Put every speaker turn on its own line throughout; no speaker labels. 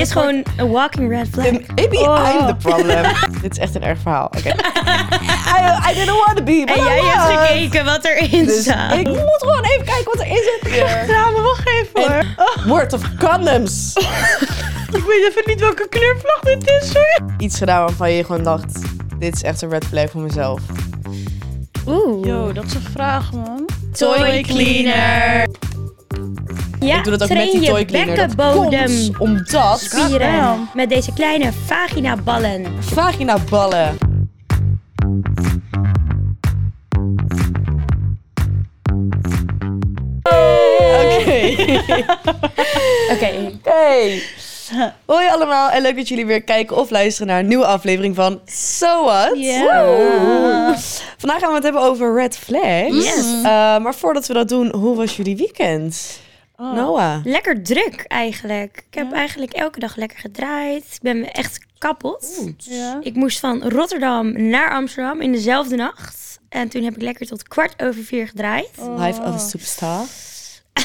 is gewoon een walking red flag.
Maybe
Oh.
I'm the problem. Dit is echt een erg verhaal. Oké. I, I didn't want to be, but
En
I
jij
was.
hebt gekeken wat erin
Dus
staat.
ik moet gewoon even kijken wat er in zit.
Ja, maar wacht even hoor. Oh,
Word of condoms.
ik weet even niet welke kleurvlag dit is, sorry.
Iets gedaan waarvan je gewoon dacht, dit is echt een red flag voor mezelf.
Oeh.
Yo, dat is een vraag, man.
Toy cleaner. Ja,
ik doe dat ook
train
met die
je
toy cleaner. Dat
bekkenbodem.
komt Ah, omdat
Spieren
Goddamn.
met deze kleine vaginaballen.
vagina ballen. Oké.
Oké.
Hey. Hoi allemaal en leuk dat jullie weer kijken of luisteren naar een nieuwe aflevering van So What.
Ja.
Woe. Vandaag gaan we het hebben over red flags.
Yes.
Eh, maar voordat we dat doen, hoe was jullie weekend?
Oh.
Noah.
Lekker druk eigenlijk. Ik heb eigenlijk elke dag lekker gedraaid. Ik ben echt kapot.
Ja.
Ik moest van Rotterdam naar Amsterdam in dezelfde nacht. En toen heb ik lekker tot kwart over vier gedraaid.
Life of a superstar.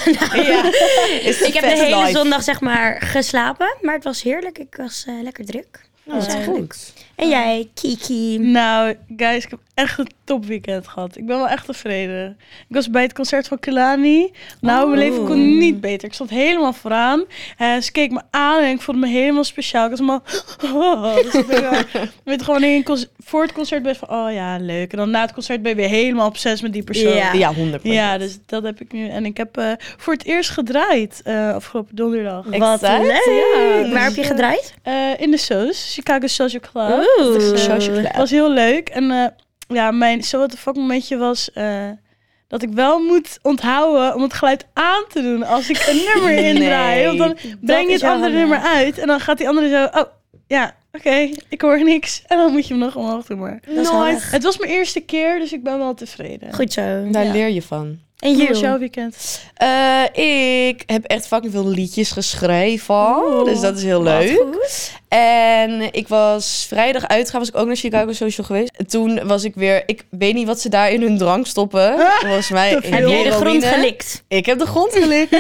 Is
ik heb de
vet
hele
life.
zondag zeg maar geslapen. Maar het was heerlijk. Ik was eh, lekker druk.
Nou, dat is
eigenlijk.
goed.
En jij,
Oh.
Kiki.
Nou, guys, ik heb echt een topweekend gehad. Ik ben wel echt tevreden. Ik was bij het concert van Kelani. Nou, mijn leven kon niet beter. Ik stond helemaal vooraan. Eh, ze keek me aan en ik voelde me helemaal speciaal. Ik was helemaal... Dus ik ben, eh, weet gewoon in een conc- voor het concert best van... Oh ja, leuk. En dan na het concert ben je weer helemaal obsessief met die persoon.
Ja.
Ja, 100
Ja, dus dat heb ik nu. En ik heb eh, voor het eerst gedraaid eh, afgelopen donderdag.
Wat leuk. dus
Leuk. Waar heb je gedraaid?
dus, Eh, in de Soos, Chicago Social Club.
Oeh.
Dus, eh,
Social club.
het was heel leuk. En eh, ja, mijn so what the fuck momentje was eh, dat ik wel moet onthouden om het geluid aan te doen als ik een nummer
Nee,
indraai. Want dan breng
is
je het
wel
andere
handig.
nummer uit en dan gaat die andere zo, oh ja, oké, ik hoor niks. En dan moet je hem nog omhoog doen. Maar
Dat is handig.
het was mijn eerste keer, dus ik ben wel tevreden.
Goed zo.
Daar
Ja.
leer je van.
En
Hoe was jouw
you.
weekend?
Eh, ik heb echt fucking veel liedjes geschreven. dus dat is heel leuk. En ik was vrijdag uitgaan, was ik ook naar Chicago Social geweest. En Toen was ik weer, ik weet niet wat ze daar in hun drank stoppen. Volgens mij.
Te
in
veel.
Heb jij de grond
heroïne.
gelikt?
Ik heb de grond gelikt.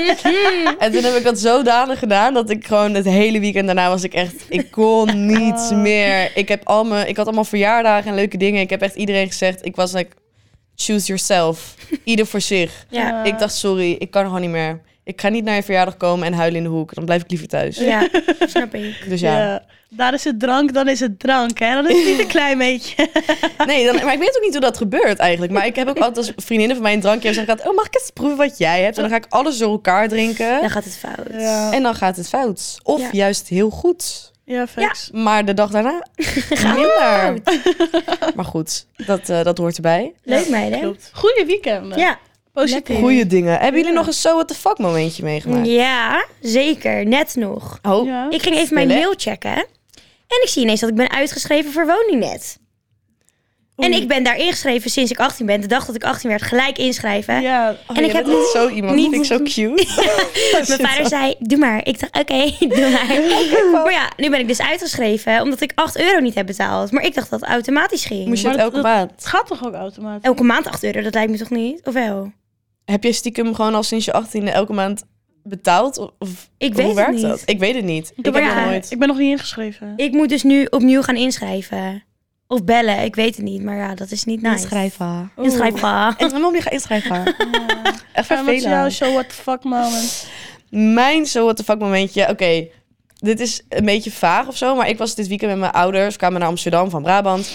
en toen heb ik dat zodanig gedaan dat ik gewoon het hele weekend daarna was ik echt, ik kon niets meer. Ik, heb al mijn, ik had allemaal verjaardagen en leuke dingen. Ik heb echt iedereen gezegd, ik was like, choose yourself. Ieder voor zich.
Ja.
Eh,
Ik dacht, sorry, ik kan gewoon niet meer. Ik ga niet naar je verjaardag komen en huilen in de hoek. Dan blijf ik liever thuis.
Ja, snap ik.
Dus ja.
Ja, daar is het drank, dan is het drank. Hè? Dan is het niet een klein beetje.
Nee, dan, maar ik weet ook niet hoe dat gebeurt eigenlijk. Maar ik heb ook altijd als vriendinnen van mij een drankje hebben. Ze gaat, oh, mag ik eens proeven wat jij hebt? En dan ga ik alles door elkaar drinken.
Dan gaat het fout.
Ja,
En dan gaat het fout. Of
Ja.
juist heel goed.
ja facts.
Maar de dag daarna minder. Maar goed, dat, eh, dat hoort erbij.
Leuk meiden.
Klopt. Goede weekenden.
Ja.
Positief.
Lekker.
Goeie dingen. Hebben jullie nog een so what the fuck momentje meegemaakt?
Ja, zeker. Net nog.
Oh,
Ja.
Ik ging even mijn
Spullen.
mail checken. En ik zie ineens dat ik ben uitgeschreven voor woningnet. En ik ben daar ingeschreven sinds ik 18 ben. De dag dat ik 18 werd, gelijk inschrijven.
Ja.
Oh,
En
jij
ik heb
bent echt zo iemand.
niet-
Vind ik zo cute.
Mijn vader zei, doe maar. Ik dacht, oké, doe maar.
Oh.
maar ja, nu ben ik dus uitgeschreven omdat ik 8 euro niet heb betaald. Maar ik dacht dat het automatisch ging.
Moest je het
Maar
elke
dat-
maand?
Het gaat toch ook automatisch?
Elke maand 8 euro, dat lijkt me toch niet? Of wel?
Heb je stiekem gewoon al sinds je 18e elke maand betaald? Of, of
Ik
hoe
weet het
werkt
niet.
dat? Ik weet het niet. Ik heb
maar
het
ja,
nog nooit.
Ik ben nog niet ingeschreven.
Ik moet dus nu opnieuw gaan inschrijven. Of bellen, ik weet het niet. Maar ja, dat is niet nice.
Inschrijven.
Inschrijven. Ah.
En mijn mom die gaat inschrijven. Echt
En wat is jouw
vervelend.
so what the fuck moment?
Mijn zo what the fuck momentje. Oké, dit is een beetje vaag of zo. Maar ik was dit weekend met mijn ouders. We kwamen naar Amsterdam van Brabant.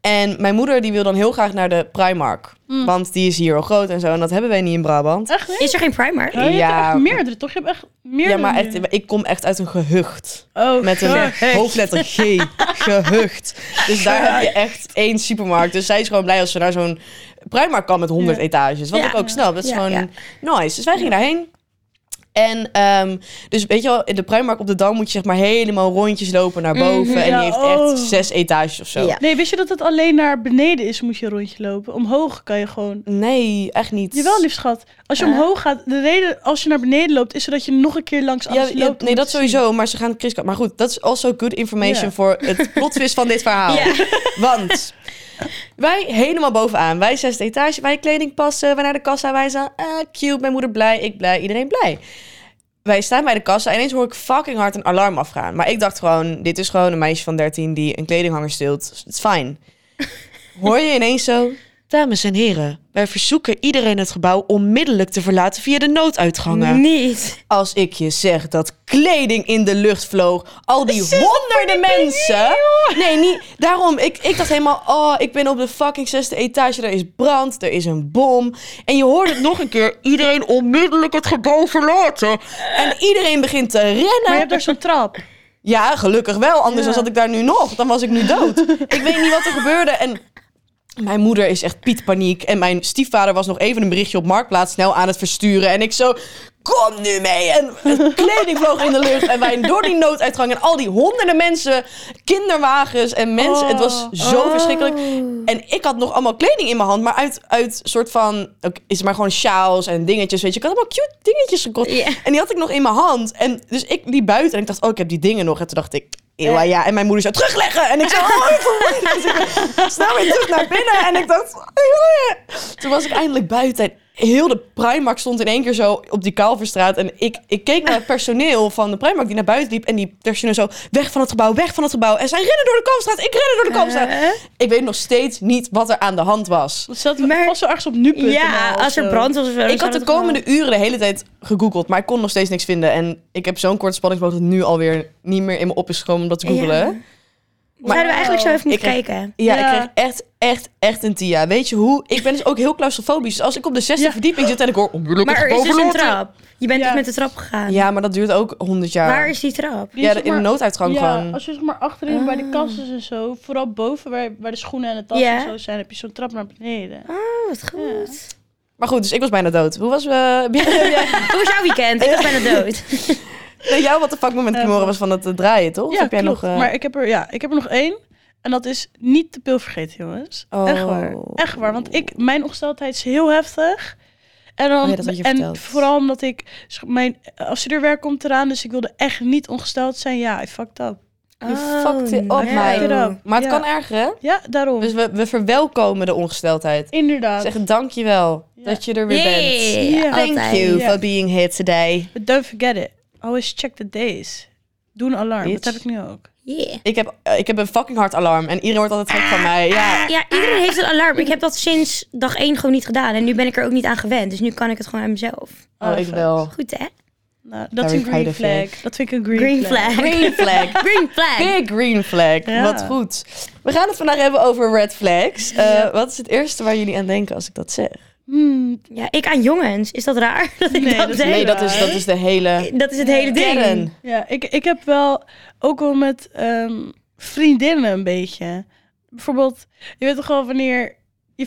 En mijn moeder die wil dan heel graag naar de Primark. Want die is hier heel groot en zo. En dat hebben wij niet in Brabant.
Echt niet?
Is er geen primer?
Oh, je hebt
Ja.
er echt meerdere, toch? Je hebt echt meerdere.
Ja, maar echt,
dingen.
ik kom echt uit een gehucht.
Oh,
Met een
fuck.
hoofdletter G. Gehucht. Dus daar heb je echt één supermarkt. Dus zij is gewoon blij als ze naar zo'n Primark kan met 100
Ja.
etages. Wat
Ja.
ik ook snap. Dat is
Ja,
gewoon
ja.
nice. Dus wij gingen daarheen. En ehm, dus weet je wel, in de Primark op de Dam moet je zeg maar helemaal rondjes lopen naar boven. en
Ja,
die heeft
oh.
echt zes etages of zo.
Mhm, Ja.
Nee, wist je dat het alleen naar beneden is, moet je een rondje lopen? Omhoog kan je gewoon...
Nee, echt niet.
Jawel, lief schat. Als je
Ja.
omhoog gaat, de reden als je naar beneden loopt, is zodat je nog een keer langs
Ja,
alles
ja,
loopt. om
nee,
het
dat
te
sowieso, maar ze gaan kriskant. Maar goed, dat is also good information
Ja.
voor het plotwist van dit verhaal. Want wij helemaal bovenaan, wij zesde "Eh, etage, wij kleding passen, wij naar de kassa, wij zijn ah, cute, mijn moeder blij, ik blij, iedereen blij. wij staan bij de kassa en ineens hoor ik fucking hard een alarm afgaan. Maar ik dacht gewoon, dit is gewoon een meisje van 13 die een kledinghanger steelt. Het is fijn. Hoor je ineens zo... Dames en heren, wij verzoeken iedereen het gebouw onmiddellijk te verlaten via de nooduitgangen.
Niet.
Als ik je zeg dat kleding in de lucht vloog, al die honderden mensen. Nee, niet. Daarom, ik, ik dacht helemaal, oh, ik ben op de fucking zesde etage. Er is brand, er is een bom. En je hoort het nog een keer, iedereen onmiddellijk het gebouw verlaten. En iedereen begint te
Maar je
rennen.
hebt daar zo'n trap.
Ja, gelukkig wel, anders
Ja.
zat ik daar nu nog. Dan was ik nu dood. ik weet niet wat er gebeurde en... Mijn moeder is echt pietpaniek. En mijn stiefvader was nog even een berichtje op Marktplaats snel aan het versturen. En ik zo, kom nu mee. En kleding vloog in de lucht. En wij door die nooduitgang en al die honderden mensen, kinderwagens en mensen. het was zo
Oh.
verschrikkelijk. En ik had nog allemaal kleding in mijn hand. Maar uit, uit soort van, ook is het maar gewoon sjaals en dingetjes. Weet je, ik had allemaal cute dingetjes gekocht.
Ja.
En die had ik nog in mijn hand. En dus ik liep buiten en ik dacht, oh, ik heb die dingen nog. En toen dacht ik, eeuw, ja. En mijn moeder zou terugleggen. En ik zei, oh, ik voel me- Dus ik snel weer terug naar binnen. En ik dacht, eeuw, ja. Toen was ik eindelijk buiten en heel de Primark stond in één keer zo op die Kalverstraat. En ik, ik keek naar het personeel van de Primark die naar buiten liep. En die personeel zo, weg van het gebouw, weg van het gebouw. En zij rennen door de Kalverstraat, ik rende door de Kalverstraat.
Eh?
Ik weet nog steeds niet wat er aan de hand was.
Dat zat
Maar-
vast wel ergens op nu.
Ja, als er brand was of zo. dan
nou Ik
zou
had de
dat gewoon-
komende uren de hele tijd gegoogeld, maar ik kon nog steeds niks vinden. En ik heb zo'n korte spanningsboog dat het nu alweer niet meer in me op is gekomen om dat te googelen.
Ja. Zouden we eigenlijk zo even niet
Ik kreeg-
kijken?
Ja,
Ja.
ik kreeg echt, echt, echt een TIA. Weet je hoe? Ik ben dus ook heel claustrofobisch. Dus als ik op de zesde
Ja.
verdieping zit en ik hoor onmiddellijk
Maar er
het
is dus
gebouw
een
verlaten.
trap. Je bent
Ja.
dus met de trap gegaan.
Ja, maar dat duurt ook 100 jaar.
Waar is die trap?
Ja, in de nooduitgang
ja,
gewoon.
als je zeg maar achterin bij de kasten
Ah.
en zo, vooral boven waar, waar de schoenen en de tas
Ja.
en zo zijn, heb je zo'n trap naar beneden.
Ah.
Oh, wat goed.
Maar goed, dus ik was bijna dood. Hoe was... eh
Hoe was jouw weekend? Ik was bijna dood.
bij jou wat de fuck moment
Eh,
Kimora was van het eh, draaien, toch? Of
Ja,
heb jij
klopt.
nog... eh,
Maar ik heb, er, ja, ik heb er nog één. En dat is niet de pil vergeten, jongens.
Oh.
Echt waar. Echt waar. Want ik, mijn ongesteldheid is heel heftig. En, dan,
Oh ja, dat had je
en
verteld.
vooral omdat ik... zeg, Mijn afstudeerwerk komt eraan, dus ik wilde echt niet ongesteld zijn. Ja, I fucked up.
You fucked it up,
nee.
meid.
Fucked it up.
Maar het
Ja.
kan erger, hè?
Ja, daarom.
Dus we, we verwelkomen de ongesteldheid.
Inderdaad.
Zeggen dankjewel
Ja.
dat je er weer bent.
Yay,
Ja.
Thank
altijd.
you
Ja.
for being here today.
But don't forget it. Always check the days. Doe een alarm.
Bitch. Oh,
Dat heb ik nu ook.
Yeah.
Ik heb, eh, ik heb een fucking hard alarm en iedereen wordt altijd gek van mij. Ja.
Ja, iedereen heeft een alarm. Ik heb dat sinds dag één gewoon niet gedaan. En nu ben ik er ook niet aan gewend. Dus nu kan ik het gewoon aan mezelf.
Oh, ik
vet.
wel.
Goed, hè?
Nou, dat is een
Very
green
Friday
flag. Dat vind ik een green,
Green flag.
Green flag.
Green flag.
Big green flag.
Ja.
Wat goed. We gaan het vandaag hebben over red flags. Eh, Wat is het eerste waar jullie aan denken als ik dat zeg?
Hmm,
Ja, ik aan jongens. Is dat raar dat ik
Nee,
dat
dat is
denk?
Nee, dat is, dat is de hele
Dat is het hele ding.
kern.
Ja, ik, ik heb wel ook wel met ehm, vriendinnen een beetje. Bijvoorbeeld, je weet toch wel wanneer. Je,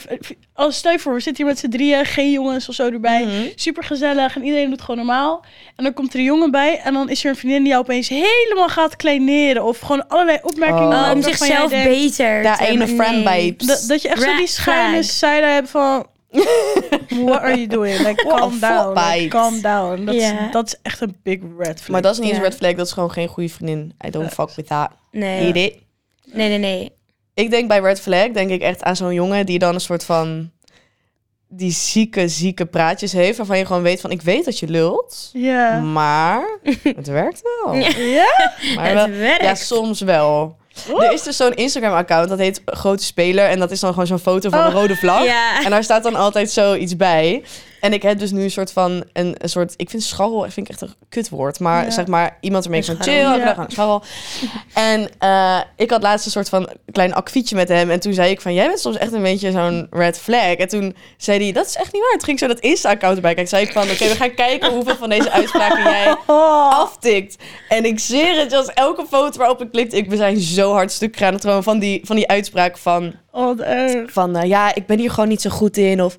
als stel je voor, we zitten hier met z'n drieën, geen jongens of zo erbij.
Mhm.
Super gezellig en iedereen doet gewoon normaal. En dan komt er een jongen bij en dan is er een vriendin die jou opeens helemaal gaat kleineren. Of gewoon allerlei opmerkingen.
Oh.
Oh,
maakt
om
waarvan
zichzelf
jij denkt
beter
Daar
te
ene
hebben. Nee.
friend bij.
Dat, dat je echt zo
Red
die schuine
flag.
zijde hebt van... What are you doing? Like,
What a
calm down. Like,
fuckbite.
calm down. Dat,
Ja.
is, dat is echt een big red flag.
Maar dat is niet eens
Ja.
red flag, dat is gewoon geen goede vriendin. I don't fuck with that.
Nee.
Eat it.
nee, nee, nee.
Ik denk bij Red Flag, denk ik echt aan zo'n jongen die dan een soort van... Die zieke, zieke praatjes heeft, waarvan je gewoon weet van... Ik weet dat je lult, Mm.
Ja.
maar het werkt wel.
Ja.
Ja?
Maar wel-
Het werkt.
ja, soms wel.
Oeh.
Er is dus zo'n Instagram-account, dat heet Grote Speler. En dat is dan gewoon zo'n foto van een
Oh,
rode vlag.
Ja.
En daar staat dan altijd zoiets bij. En ik heb dus nu een soort van... Een, een soort, ik vind scharrel vind ik echt een kutwoord. Maar
Ja.
zeg maar, iemand ermee
Een
van chill.
scharrel,
elke
ja.
dag aan scharrel. En eh, ik had laatst een soort van klein akfietje met hem. En toen zei ik van, jij bent soms echt een beetje zo'n red flag. En toen zei hij, dat is echt niet waar. Toen ging ik zo dat Insta-account erbij kijken. Zei ik van, oké, we gaan kijken hoeveel van deze uitspraken jij
Oh.
aftikt. En ik zeer het, als elke foto waarop ik klikte, ik, we zijn zo hard stuk gegaan. Het gewoon van die, van die uitspraak van
Oh, wat erg.
van eh, ja, ik ben hier gewoon niet zo goed in. Of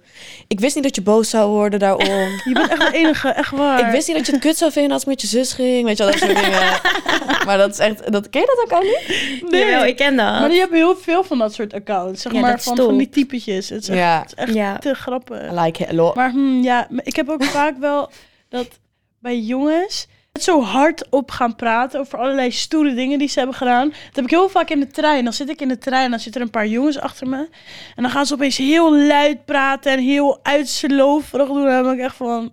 ik wist niet dat je boos zou worden daarom.
Je bent echt de enige, echt waar.
ik wist niet dat je het kut zou vinden als het met je zus ging. Weet je wel, dat soort dingen. maar dat is echt, dat, ken je dat ook al niet?
Nee.
Jawel, ik ken dat.
Maar je hebt heel veel van dat soort accounts. Zeg
Ja, dat
maar
is
van,
top.
van die typetjes. Het is echt,
Ja,
het is echt
Ja.
te grappig.
I like it a lot.
Maar hmm, ja, maar ik heb ook vaak wel dat bij jongens het zo hard op gaan praten over allerlei stoere dingen die ze hebben gedaan. Dat heb ik heel vaak in de trein. Dan zit ik in de trein en dan zitten er een paar jongens achter me. En dan gaan ze opeens heel luid praten en heel uitsloverig doen. En dan ben ik echt van...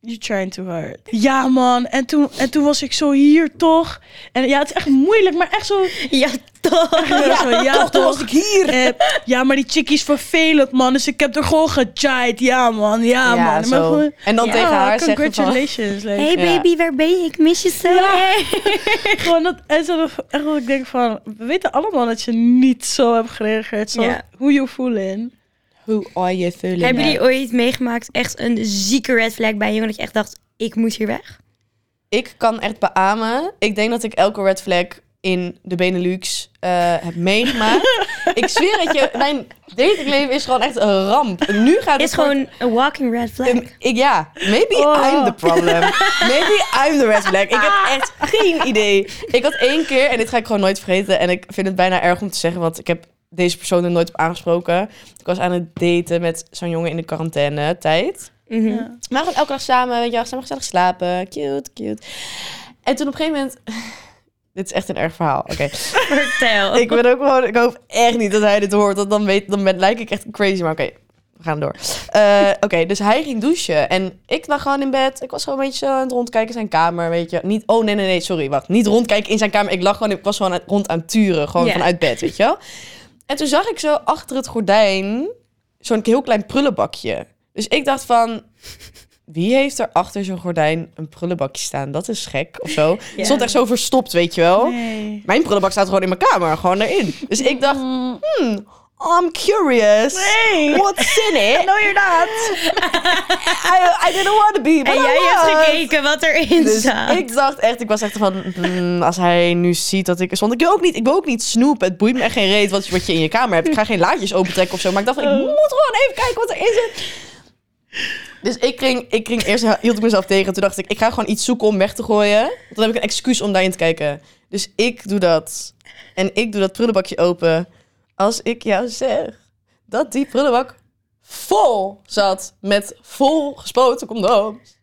You're trying too hard. Ja, man. En toen, en toen was ik zo hier toch. En ja, het is echt moeilijk, maar echt zo.
Ja, toch.
Ja, zo, ja
toen
toch.
ik hier.
Eh, ja, maar die chickie is vervelend, man. Dus ik heb er gewoon gejaaid. Ja, man. Ja,
Ja,
Ah, man. Maar
zo.
gewoon-
En dan
Ja,
tegen haar zeggen van...
Congratulations. Like,
Hey
Ja.
baby, waar ben je? Ik mis je zo.
Ja.
erg.
gewoon dat, en zo, echt dat ik denk van... We weten allemaal dat je niet zo hebt gereageerd. Zo,
Ja.
Hoe je voelen.
Who are you feeling?
Hebben jullie ooit meegemaakt echt een zieke red flag bij een jongen dat je echt dacht, ik moet hier weg?
Ik kan echt beamen. Ik denk dat ik elke red flag in de Benelux eh, heb meegemaakt. ik zweer dat je... Mijn datingleven is gewoon echt een ramp. Nu gaat het
Is gewoon een walking red flag.
Ehm, ik, ja, maybe
Oh.
I'm the problem. Maybe I'm the red flag. Ik heb echt geen idee. Ik had één keer, en dit ga ik gewoon nooit vergeten. En ik vind het bijna erg om te zeggen, want ik heb deze persoon er nooit op aangesproken. Ik was aan het daten met zo'n jongen in de quarantaine tijd.
Mhm.
Ja.
We waren gewoon elke dag samen, weet je wel, samen gezellig slapen. Cute, cute. En toen op een gegeven moment... Dit is echt een erg verhaal, oké.
Vertel.
Ik ben ook gewoon, ik hoop echt niet dat hij dit hoort, want dan, weet, dan ben, lijk ik echt crazy. Maar oké, we gaan door. Eh, oké, dus hij ging douchen en ik lag gewoon in bed. Ik was gewoon een beetje zo aan het rondkijken in zijn kamer, weet je. Niet, oh nee, nee, nee, sorry, wacht. Niet rondkijken in zijn kamer. Ik lag gewoon, ik was gewoon aan- rond aan het turen, gewoon
Ja.
vanuit bed, weet je wel. En toen zag ik zo achter het gordijn zo'n heel klein prullenbakje. Dus ik dacht van, wie heeft er achter zo'n gordijn een prullenbakje staan? Dat is gek, of zo.
Ja.
Stond echt zo verstopt, weet je wel.
Nee.
Mijn prullenbak staat gewoon in mijn kamer, gewoon erin. Dus ik dacht, hmm, I'm curious.
Nee.
What's in it?
No, you're not.
I, I didn't want to be, but
en
I
jij hebt
was.
gekeken wat erin
Dus
staat.
ik dacht echt, ik was echt van, hmm, als hij nu ziet dat ik... Want ik wil ook niet, ik wil ook niet snoepen. Het boeit me echt geen reet wat, wat je in je kamer hebt. Ik ga geen laadjes opentrekken of zo. Maar ik dacht, van, ik
Oh.
moet gewoon even kijken wat erin zit. Dus ik ging, ik ging eerst, hield ik mezelf tegen. Toen dacht ik, ik ga gewoon iets zoeken om weg te gooien. Want Dan heb ik een excuus om daarin te kijken. Dus ik doe dat. En ik doe dat prullenbakje open. Als ik jou zeg dat die prullenbak vol zat met vol gespoten condooms.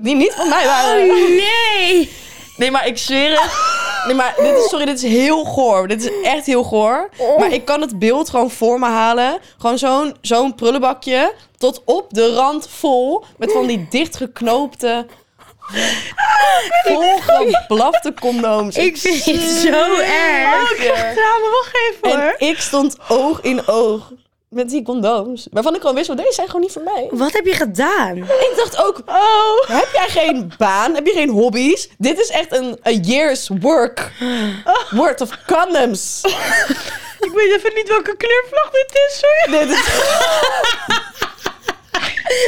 Die niet van mij waren.
Nee.
Nee, maar ik zweer het. Nee, maar dit is, sorry, dit is heel goor. Dit is echt heel goor. Maar ik kan het beeld gewoon voor me halen. Gewoon zo'n zo'n prullenbakje tot op de rand vol met van die dichtgeknoopte, volgeblafte condooms.
Ik vind het zo erg.
zweer.
Tranen, wacht even
En
hoor.
ik stond oog in oog met die condooms. Waarvan ik gewoon wist, want deze zijn gewoon niet voor mij.
Wat heb je gedaan?
Ik dacht ook,
Oh.
heb jij geen baan? Heb je geen hobby's? Dit is echt een a year's work. Worth of condoms.
Ik weet even niet welke kleurvlag dit is, sorry.
Dit is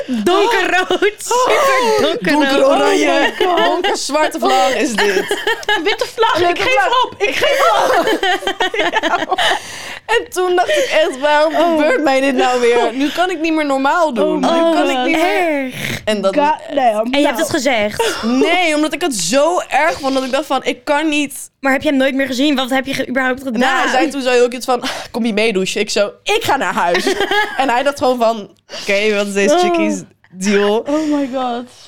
Donkerrood. Super
donker
donkerrood.
oranje,
Oh
donker zwarte vlag is dit.
Een witte vlag.
Oh, Witte
ik geef
vlag.
op. Ik geef
En toen dacht ik echt, waarom gebeurt mij dit nou weer? Nu kan ik niet meer normaal doen.
Oh my
nu kan
God.
ik niet meer... Nou.
Erg.
En dat is-
God damn.
En je hebt het gezegd.
Nee, omdat ik het zo erg vond dat ik dacht van, ik kan niet.
Maar heb je hem nooit meer gezien? Wat heb je ge- überhaupt gedaan?
En Nou, hij zei toen zo heel cute van, "Ah, kom je meedouchen? Ik zo, ik ga naar huis. en hij dacht gewoon van, oké, wat is deze chickies deal?
Oh my god.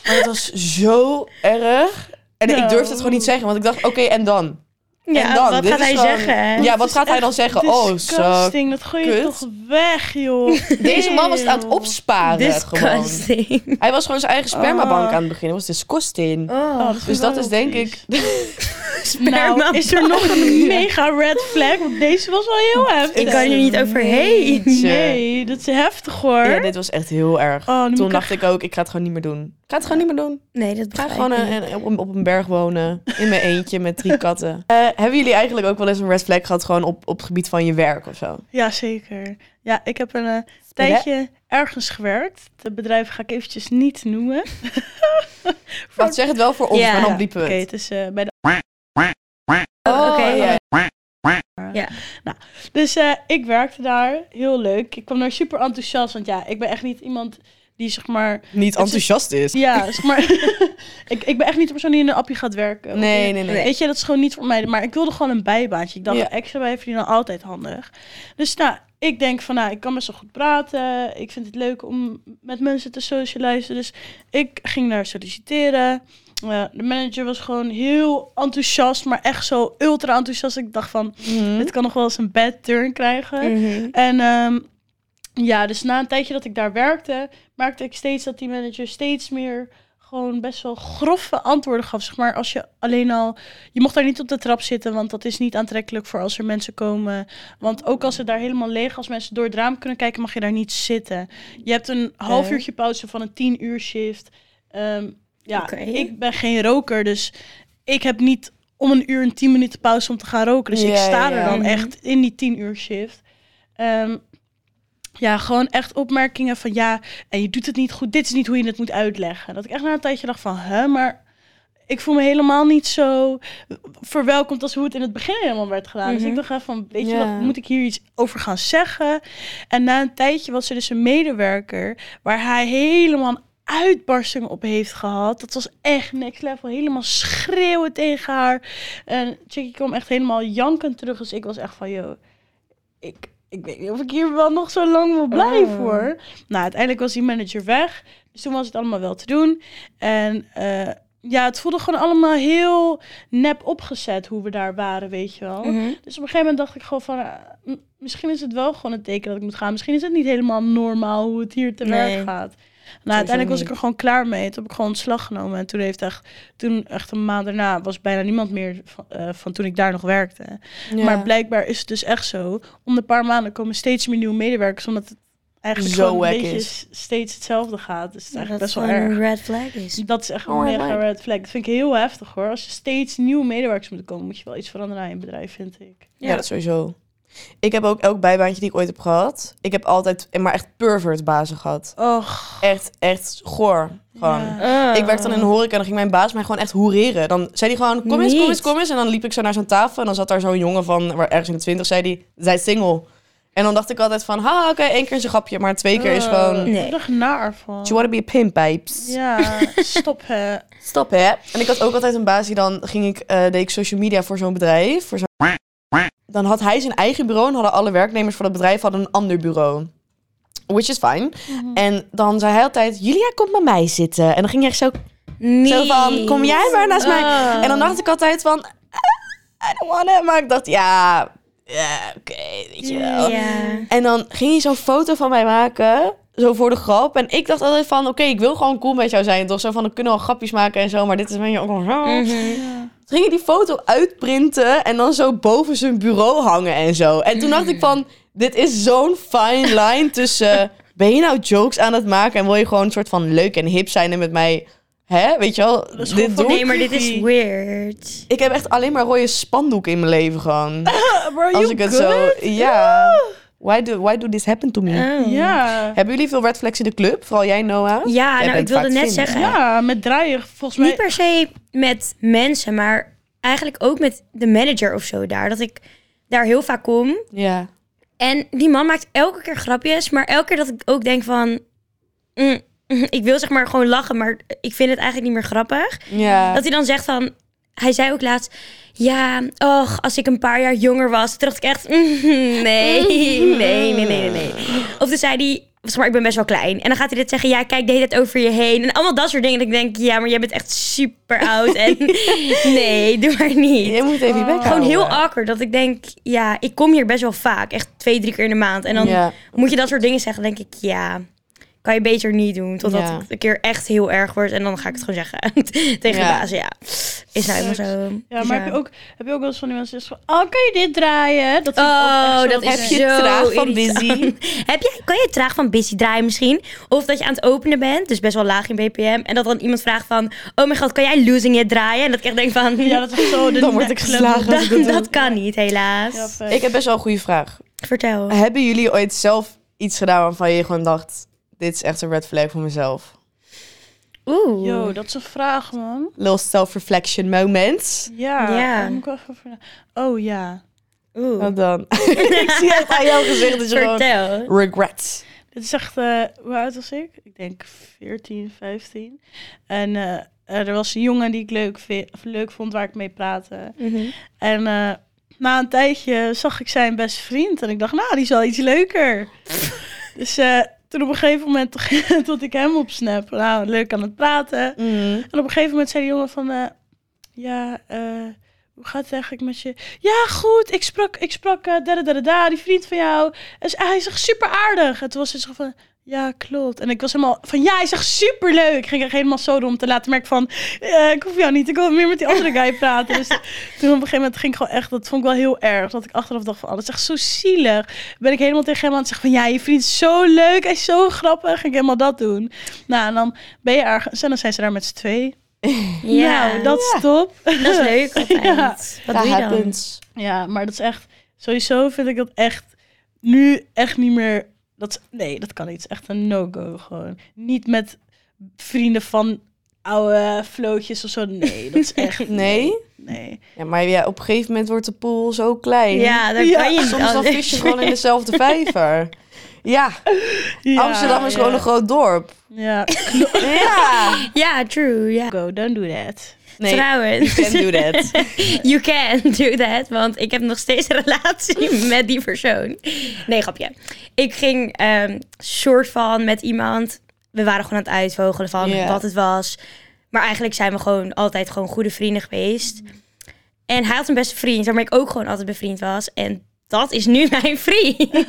Maar het was zo erg. En ik durfde het gewoon niet zeggen, want ik dacht, oké, en dan?
ja,
en dan?
Wat
Dit
gaat
is
hij
gewoon-
zeggen?
Ja,
Het
wat
is
gaat hij dan
echt
zeggen? Oh, zo.
disgusting. Dat gooi je
kut. Oh.
toch weg, joh.
Deze man was het aan het opsparen gewoon.
Disgusting.
Hij was gewoon zijn eigen spermabank
Oh.
aan het beginnen. Dat was disgusting.
Oh.
Dus dat is denk ik...
Nou, is er nog een mega red flag? Want deze was wel heel heftig.
Ik kan hier niet overheen.
Nee, dat is heftig hoor.
Ja, dit was echt heel erg.
Oh, nu moet
Toen
ik
dacht ik ook, ik ga het gewoon niet meer doen. Ik ga het gewoon niet meer doen.
Nee, dat
Ik ga
begrijp
gewoon
ik
eh,
niet.
en- op, een- op een berg wonen. In mijn eentje met drie katten. Eh, hebben jullie eigenlijk ook wel eens een red flag gehad gewoon op, op het gebied van je werk of zo?
Ja, zeker. Ja, ik heb een eh, tijdje ergens gewerkt. Het bedrijf ga ik eventjes niet noemen.
Wacht, zeg het wel voor ons,
Ja.
maar dan
Ja,
bliep
Oké,
het.
het is eh, bij de...
Oh,
Oh,
oké.
ja.
Dus eh, ik werkte daar. Heel leuk. Ik kwam daar super enthousiast. Want ja, ik ben echt niet iemand die zeg maar...
Niet enthousiast is.
Ja, zeg maar... ik, ik ben echt niet de persoon die in een appje gaat werken.
Nee, nee, nee.
Weet je, dat is gewoon niet voor mij. Maar ik wilde gewoon een bijbaantje. Ik dacht,
Ja.
extra bij verdienen altijd handig. Dus nou, ik denk van, nou, ik kan best wel goed praten. Ik vind het leuk om met mensen te socializen. Dus ik ging daar solliciteren. Eh, de manager was gewoon heel enthousiast, maar echt zo ultra enthousiast. Ik dacht van,
Mhm.
dit kan nog wel eens een bad turn krijgen.
Hm.
Mhm.
En ehm, ja, dus na een tijdje dat ik daar werkte, merkte ik steeds dat die manager steeds meer gewoon best wel grove antwoorden gaf. Zeg maar als je alleen al. Je mocht daar niet op de trap zitten, want dat is niet aantrekkelijk voor als er mensen komen. Want ook als het daar helemaal leeg, als mensen door het raam kunnen kijken, mag je daar niet zitten. Je hebt een half
Oké.
uurtje pauze van een tien uur shift. Ehm, ja,
Oké.
ik ben geen roker, dus ik heb niet om een uur en tien minuten pauze om te gaan roken. Dus ik
Ja,
sta er
ja.
dan
Mhm.
echt in die tien uur shift. Ehm, ja, gewoon echt opmerkingen van ja, en je doet het niet goed. Dit is niet hoe je het moet uitleggen. Dat ik echt na een tijdje dacht van, hè, maar ik voel me helemaal niet zo verwelkomd als hoe het in het begin helemaal werd gedaan. Dus
Mhm.
ik dacht echt van, weet je
Ja.
wat, moet ik hier iets over gaan zeggen? En na een tijdje was er dus een medewerker waar hij helemaal een uitbarsting op heeft gehad. Dat was echt next level. Helemaal schreeuwen tegen haar. En Chickie kwam echt helemaal jankend terug. Dus ik was echt van, joh, ik, ik weet niet of ik hier wel nog zo lang wil blijven
Oh.
hoor. Nou, uiteindelijk was die manager weg. Dus toen was het allemaal wel te doen. En eh, ja, het voelde gewoon allemaal heel nep opgezet hoe we daar waren, weet je wel.
Mhm.
Dus op een gegeven moment dacht ik gewoon van, eh, m- misschien is het wel gewoon een teken dat ik moet gaan. Misschien is het niet helemaal normaal hoe het hier te
Nee.
werk gaat. Nou, uiteindelijk was ik
niet.
er gewoon klaar mee. Toen heb ik gewoon ontslag genomen. En toen heeft echt, toen echt een maand daarna was bijna niemand meer van, eh, van toen ik daar nog werkte.
Ja.
Maar blijkbaar is het dus echt zo. Om de paar maanden komen steeds meer nieuwe medewerkers, omdat het eigenlijk
Zo
zo een
wack
beetje
is.
s- steeds hetzelfde gaat. Dus het is
Dat
eigenlijk
is
best wel
gewoon een
erg. Dus
red flag is.
Dat is echt een
Oh, I
mega
like.
red flag. Dat vind ik heel heftig hoor. Als je steeds nieuwe medewerkers moet komen, moet je wel iets veranderen aan je bedrijf, vind ik.
Ja. dat sowieso. Ik heb ook elk bijbaantje die ik ooit heb gehad. Ik heb altijd, maar echt pervert bazen gehad.
Och.
Echt, echt goor. Gewoon.
Ja.
Ik werkte dan in de horeca en dan ging mijn baas mij gewoon echt hoereren. Dan zei hij gewoon, kom eens, kom eens,
Niet.
kom eens. En dan liep ik zo naar zo'n tafel en dan zat daar zo'n jongen van, waar ergens in de twintig, zei die, zij is single. En dan dacht ik altijd van, ha, oké, één keer is een grapje, maar twee keer is gewoon...
Nee.
Ik dacht Eh, naar
Do
van.
you want to be a pimp, babes?
Ja, stop hè. Eh,
Stop, hè? En ik had ook altijd een baas die dan ging ik, eh, deed ik social media voor zo'n bedrijf. Voor zo'n- Dan had hij zijn eigen bureau en hadden alle werknemers van dat bedrijf hadden een ander bureau. Which is fine.
Mhm.
En dan zei hij altijd, Julia, kom bij mij zitten. En dan ging hij echt zo,
Nee. Oh, Ah.
zo van, kom jij maar naast mij. En dan dacht ik altijd van, "Ah, I don't wanna. Maar ik dacht, ja, ja oké, weet je wel.
Ja.
En dan ging hij zo'n foto van mij maken, zo voor de grap. En ik dacht altijd van, oké, ik wil gewoon cool met jou zijn, toch? Zo van, we kunnen wel grapjes maken en zo, maar dit is ben je ook wel zo.
Oh. Mm.
Mhm.
Toen ging hij die foto uitprinten en dan zo boven zijn bureau hangen en zo. En toen dacht ik van, dit is zo'n fine line tussen... ben je nou jokes aan het maken en wil je gewoon een soort van leuk en hip zijn en met mij... Hè, weet je wel,
is gewoon
dit
van-
doen?
Nee, maar dit is weird.
Ik heb echt alleen maar rode spandoeken in mijn leven gewoon.
Bro,
Als ik het zo... Ja. Why do, why do this happen to me?
Oh.
Ja.
Hebben jullie veel red flags in de club? Vooral jij, Noah?
Ja,
Jij
nou,
bent
ik wilde
vaak
net
vinden.
zeggen,
Ja, met draaien volgens mij.
Niet per se met mensen, maar eigenlijk ook met de manager of zo daar. Dat ik daar heel vaak kom.
Ja.
En die man maakt elke keer grapjes, maar elke keer dat ik ook denk van... mm, ik wil zeg maar gewoon lachen, maar ik vind het eigenlijk niet meer grappig.
Ja.
Dat hij dan zegt van... Hij zei ook laatst... Ja, och, als ik een paar jaar jonger was... Toen dacht ik echt... mm, nee, nee, nee, nee, nee, nee. Of toen zei hij... Zeg maar, ik ben best wel klein. En dan gaat hij dit zeggen... Ja, kijk, deed het over je heen. En allemaal dat soort dingen. Dat ik denk... Ja, maar jij bent echt super oud. En nee, doe maar niet.
Je moet even je bek
Gewoon
houden.
heel awkward. Dat ik denk... Ja, ik kom hier best wel vaak. Echt twee, drie keer in de maand. En dan
Ja.
moet je dat soort dingen zeggen. Dan denk ik... Ja... Kan je beter niet doen, totdat
Ja.
het een keer echt heel erg wordt. En dan ga ik het gewoon zeggen tegen
Ja.
de baas, ja. Is nou helemaal zo.
Ja,
Dus
maar Heb, je ook, heb je ook wel eens van die mensen die zeggen van, oh, kan je dit draaien? Dat vind ik ook echt
Oh,
zo
dat
Heb
is
je
zo
traag van
irritant.
busy?
Heb jij, kan je traag van busy draaien misschien? Of dat je aan het openen bent, dus best wel laag in BPM. En dat dan iemand vraagt van, oh mijn god, kan jij losing it draaien? En dat ik echt denk van,
Ja, dat is echt zo. de
Dan word
next
ik
level.
geslagen.
dat,
dat-
dat kan niet, helaas.
Ja, vet.
Ik heb best wel een goede vraag.
Vertel.
Hebben jullie ooit zelf iets gedaan waarvan je gewoon dacht... Dit is echt een red flag voor mezelf?
Oeh.
Yo, dat is een vraag, man.
Little self-reflection moment.
Ja,
Ja.
daar moet ik wel even over na- Oh ja,
Oeh.
Wat dan? ik zie echt aan jouw gezicht dat je gewoon...
Vertel.
Regret.
dit is echt, eh, hoe oud was ik? Ik denk 14, 15. En eh, eh, er was een jongen die ik leuk, vi- of leuk vond waar ik mee praatte.
Mhm.
En eh, na een tijdje zag ik zijn beste vriend. En ik dacht, nou, die is wel iets leuker. dus eh, toen op een gegeven moment tot ik hem op snap. Nou, leuk aan het praten.
Mm,
En op een gegeven moment zei die jongen van... eh, ja, eh, hoe gaat het eigenlijk met je? Ja, goed, ik sprak, ik sprak eh, da, da, da, da, da, die vriend van jou. En ze- hij is echt super aardig. En toen was ze zo van... Ja, klopt. En ik was helemaal van, ja, hij is echt superleuk. Ik ging echt helemaal zo om te laten merken van, eh, ik hoef jou niet, ik wil meer met die andere guy praten. Dus toen op een gegeven moment ging ik gewoon echt, dat vond ik wel heel erg. Dat ik achteraf dacht van, oh, dat is echt zo zielig. Ben ik helemaal tegen hem aan het zeggen van, ja, je vriend is zo leuk, hij is zo grappig. Ging ik helemaal dat doen. Nou, en dan ben je ergens en dan zijn ze daar met z'n twee.
Ja,
Nou, dat is top.
dat is leuk altijd. Wat doe je dan?
happens.
Ja, maar dat is echt, sowieso vind ik dat echt, nu echt niet meer, dat, is- nee, dat kan niet. Het is echt een no-go gewoon. Niet met vrienden van oude flootjes of zo, nee, dat is echt,
Nee?
nee.
Ja, maar ja, op een gegeven moment wordt de pool zo klein.
Ja, dan
Ja,
kan je niet
Soms dan
anders.
vis je gewoon in dezelfde vijver. Ja,
Ja,
Amsterdam is
ja.
gewoon een groot dorp.
Ja,
Ja.
Ja, true, ja.
go, don't do that.
Nee, you
Trouwens,
can do that.
you can do that, want ik heb nog steeds een relatie met die persoon. Nee, grapje. Ik ging ehm, soort van met iemand, we waren gewoon aan het uitvogelen van
Ja.
wat het was. Maar eigenlijk zijn we gewoon altijd gewoon goede vrienden geweest. En hij had een beste vriend, waarmee ik ook gewoon altijd bevriend was. En dat is nu mijn vriend.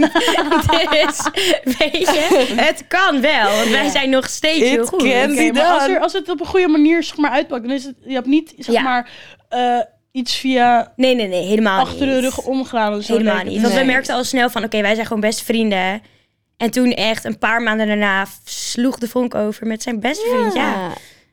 dus weet je, het kan wel. Want wij zijn nog steeds
It
heel goed.
can
Oké,
Die
maar als,
dan.
er, als het op een goede manier zeg maar, uitpakt, dan is het, je hebt niet zeg
Ja.
maar eh, iets via
Nee, nee, nee, helemaal
achter de
niet.
rug omgedaan. of zo.
Helemaal
lijkt het
niet. Want
me.
we merkten al snel van, oké, wij zijn gewoon beste vrienden. En toen echt een paar maanden daarna f- sloeg de vonk over met zijn beste vriend. Ja,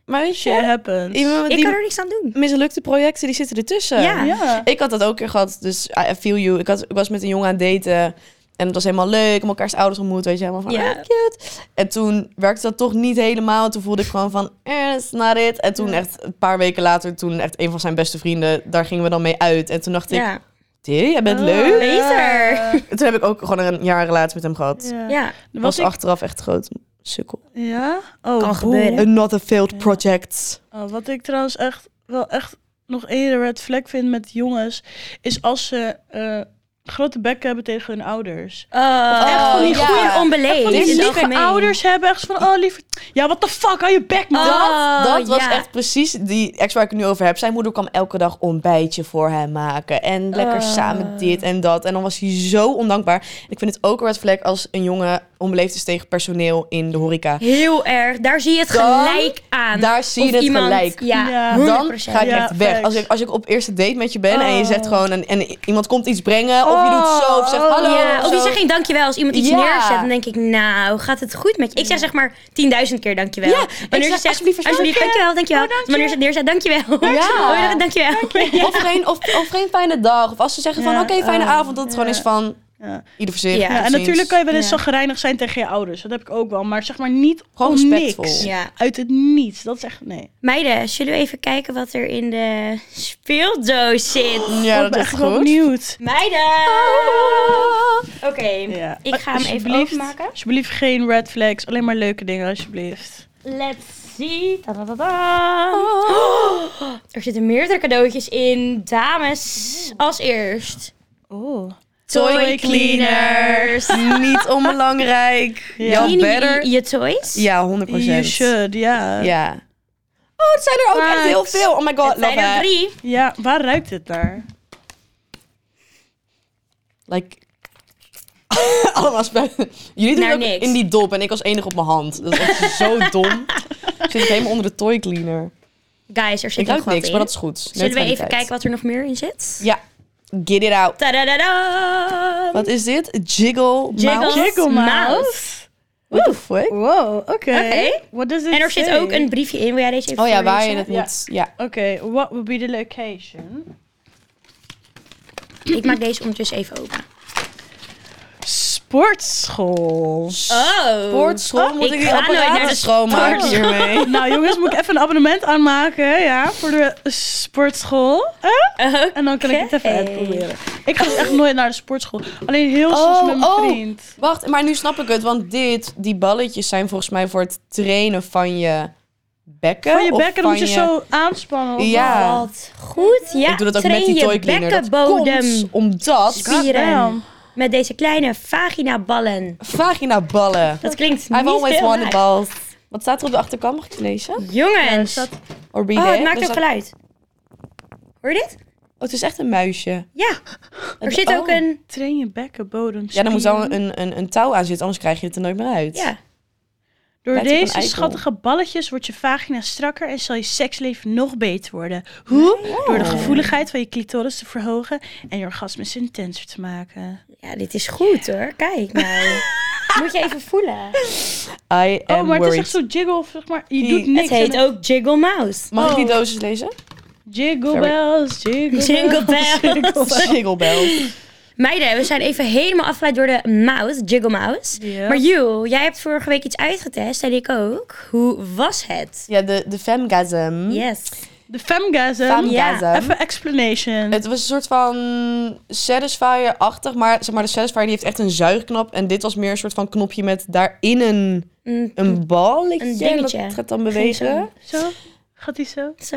Maar weet
Shit
je,
happens.
iemand met
ik
die
kan er niks aan doen.
mislukte projecten, die zitten ertussen.
Ja.
Ja.
Ik had dat ook een keer gehad, dus I I feel you. Ik, had, ik was met een jongen aan het daten en het was helemaal leuk. Om elkaars ouders ontmoet, weet je, helemaal van,
Ja.
ah, cute. En toen werkte dat toch niet helemaal. Toen voelde ik gewoon van, eh, that's not it. En toen echt een paar weken later, toen echt een van zijn beste vrienden, daar gingen we dan mee uit. En toen dacht ik,
Ja,
Tee, jij bent
Oh,
leuk.
beter.
Ja.
En toen heb ik ook gewoon een jaar een relatie met hem gehad.
Ja.
ja.
Was,
was
ik...
achteraf echt groot sukkel.
Ja? Oh,
Kan
boe.
gebeuren. Ja.
Not a failed project.
Oh, wat ik trouwens echt wel echt nog eerder red flag vind met jongens, is als ze eh, grote bekken hebben tegen hun ouders.
Oh, echt van die
Oh, ja.
goede onbeleefd.
Van
Dit
die
is
lieve ouders hebben echt van, oh lieve... Ja, wat de fuck, hou je bek, man.
Oh,
dat was
ja.
echt precies die ex waar ik het nu over heb. Zijn moeder kwam elke dag ontbijtje voor hem maken. En lekker
Oh.
samen dit en dat. En dan was hij zo ondankbaar. En ik vind het ook een red flag als een jongen onbeleefd is tegen personeel in de horeca.
Heel erg. Daar zie je het
Dan-
gelijk aan.
daar zie je
Of
het
iemand-
gelijk.
Ja,
Ja.
Dan
100%.
ga ik
Ja,
echt weg.
facts.
Als ik, als ik op eerste date met je ben en je zegt
Oh.
gewoon... En, en iemand komt iets brengen of je doet zo of zegt
Oh.
hallo.
Ja, of je
zo.
zegt geen dankjewel als iemand iets
Ja.
neerzet. Dan denk ik, nou, gaat het goed met je? Ik zeg zeg maar 10.000 keer dankjewel.
Ja, ik
Wanneer ze
zeg
zegt,
alsjeblieft,
alsjeblieft,
alsjeblieft,
dankjewel, dankjewel. Wanneer ze het neerzet, dankjewel.
Ja.
Oh, dankjewel.
Of geen, of, of geen fijne dag. Of als ze zeggen
Ja,
van oké, fijne
oh,
avond. Dat het gewoon
ja.
is van
Ja.
ieder voor zich.
Ja,
tot
Ja, en
ziens.
natuurlijk kan je wel eens
Ja.
zagrijnig zijn tegen je ouders. Dat heb ik ook wel. Maar zeg maar niet
Gewoon
om
respectvol.
niks.
Ja.
Uit het niets. Dat is echt... Nee.
Meiden, zullen we even kijken wat er in de speeldoos zit?
Ja,
Oh,
dat
ik ben
is
echt wel
goed.
benieuwd.
Meiden! Oké,
Ah.
Ja.
ik ga hem even
Alsjeblieft.
openmaken.
Alsjeblieft geen red flags. Alleen maar leuke dingen, alsjeblieft.
Let's see. Tadadada. Oh, Er zitten meerdere cadeautjes in. Dames, als eerst.
Oh.
Toy cleaners. Niet onbelangrijk.
Ja.
Ja,
Cleaning
better.
je toys?
Ja, 100
You should, ja. ja.
Ja. Oh, het zijn er ook echt
Max.
heel veel. Oh my god,
Het
love
zijn er
it.
drie.
waar ruikt het naar?
Like... Allemaal spijt. Jullie doen
Naar
ook
niks.
in die dop en ik als enige op mijn hand. Dat is echt zo dom. Zit ik helemaal onder de toy cleaner.
Guys, er zit nog
Ik ruik
wat
niks,
in.
maar dat is goed.
Zullen we even
Neutraliteit.
kijken wat er nog meer in zit?
Ja, get it out.
Tadadada.
Wat is dit? Jiggle,
Jiggle
mouse?
Jiggle
mouse.
mouse.
What the fuck?
Wow, oké.
Oké.
What does it
En er zit
say?
ook een briefje in. Wil jij deze even
Oh ja, waar
voorlezen?
je het
Ja.
moet. Ja.
Oké, what would be the location?
Ik maak deze ondertussen even open.
Sportschool.
Oh.
Sportschool, moet
ik
ik, die
ga nooit naar de
apparaten schoonmaken
sportschool.
hiermee?
nou jongens, moet ik even een abonnement aanmaken, ja, voor de sportschool. Eh? En dan kan ik het even
Oké.
uitproberen. Ik ga dus echt nooit naar de sportschool. Alleen heel soms
Oh,
met mijn
oh.
vriend.
Wacht, maar nu snap ik het, want dit, die balletjes zijn volgens mij voor het trainen van je bekken.
Van je
of
bek en dan
van
moet je zo aanspannen. of-
Ja.
Wat goed. Ja,
ik doe dat ook
train
met die
je
toy cleaner. Dat
bekkenbodem
komt omdat
spieren
Goddamn.
met deze kleine vaginaballen.
vagina ballen.
Dat klinkt
I've
niet
always
heel
wanted
erg.
balls. Wat staat er op de achterkant? Mag ik het lezen?
Jongens.
Ja, dat-
Or be
oh,
there?
het maakt
Dus
ook
dat-
geluid. Hoor je dit?
Oh, het is echt een muisje.
Ja. Er
Het-
zit
oh.
ook een...
Train je bekkenbodem.
Ja, dan moet wel
spieren.
een, een, een touw aan zitten, anders krijg je het er nooit meer uit.
Ja.
Door
Lijkt op een
deze
eikel.
schattige balletjes wordt je vagina strakker en zal je seksleven nog beter worden. Hoe? Door de
Oh.
gevoeligheid van je clitoris te verhogen en je orgasmes intenser te maken.
Ja, dit is goed hoor. Kijk nou. Moet je even voelen.
I am
oh, maar het is
worried.
echt zo jiggle of zeg maar, je
Die-
doet niks.
Het heet
en-
ook Jiggle Mouse.
Mag ik die
Oh.
dosis lezen?
Jiggle bells, jiggle,
Jingle bells.
Jingle bell.
Meiden, we zijn even helemaal afgeleid door de mouse, Jiggle Mouse.
Ja.
Maar you, jij hebt vorige week iets uitgetest en ik ook. Hoe was het?
Ja, de, de femgasm.
Yes.
De femgasm.
Femgasm.
Ja,
Even explanation.
Het was een soort van Satisfyer-achtig, maar zeg maar, de Satisfyer die heeft echt een zuigknop. En dit was meer een soort van knopje met daarin een,
Mm,
een balletje.
Een dingetje.
En Dat gaat dan
Ging zo.
bewegen.
Zo? Gaat die zo?
Zo,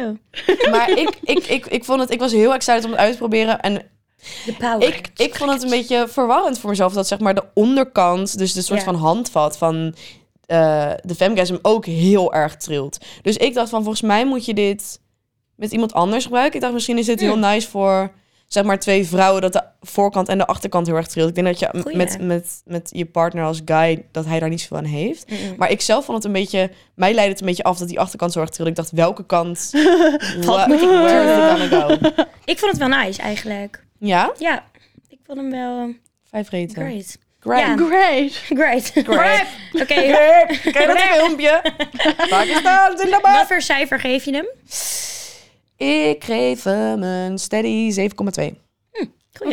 Maar ik, ik, ik, ik vond het, ik was heel excited om het uit te proberen. En
de power.
ik, ik vond het een beetje verwarrend voor mezelf. Dat zeg maar de onderkant, dus de soort
Ja.
van handvat van eh, de femgasm ook heel erg trilt. Dus ik dacht van, volgens mij moet je dit met iemand anders gebruiken. Ik dacht, misschien is dit heel
Hmm.
nice voor zeg maar twee vrouwen dat de voorkant en de achterkant heel erg trilt. Ik denk dat je
Goeie.
met, met, met je partner als guy, dat hij daar niet zoveel aan heeft.
Mm-mm.
Maar ik zelf vond het een beetje, mij leidde het een beetje af dat die achterkant zo erg trilde. Ik dacht, welke kant,
Wat
wa-
moet ik
where is it gonna go?
Ik vond het wel nice eigenlijk.
Ja?
Ja, ik vond hem wel eh,
Vijf reten.
great.
Great.
Ja.
Great.
Great.
Great.
Oké,
Kijk dat filmpje. Pakistan,
wat
Zindabad.
voor cijfer geef je hem?
Ik geef hem een steady 7,2.
Goeie.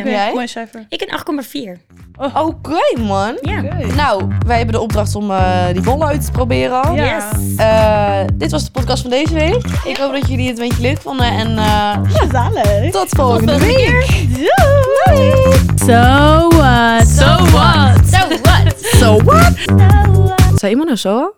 Oké,
jij?
mooi cijfer.
Ik een 8,4.
Oké, man.
Ja.
Nou, wij hebben de opdracht om eh, die bol uit te proberen.
Ja.
Yes.
Eh, dit was de podcast van deze week. Ik hoop dat jullie het een beetje leuk vonden. En eh,
Gezellig.
tot volgende week.
So what? So what?
So what? So what? Zei iemand nou zo?